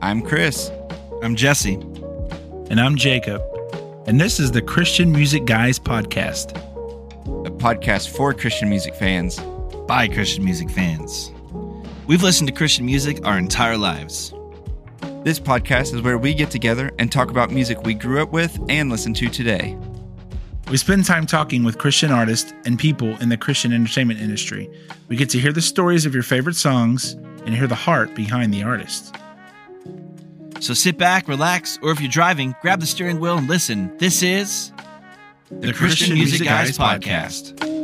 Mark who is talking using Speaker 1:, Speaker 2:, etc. Speaker 1: I'm Chris.
Speaker 2: I'm Jesse.
Speaker 3: And I'm Jacob. And this is the Christian Music Guys podcast.
Speaker 1: a podcast for Christian music fans.
Speaker 2: By Christian music fans. We've listened to Christian music our entire lives.
Speaker 1: This podcast is where we get together and talk about music we grew up with and listen to today.
Speaker 3: We spend time talking with Christian artists and people in the Christian entertainment industry. We get to hear the stories of your favorite songs and hear the heart behind the artist.
Speaker 2: So sit back, relax, or if you're driving, grab the steering wheel and listen. This is the, Christian, Music, Guys, podcast.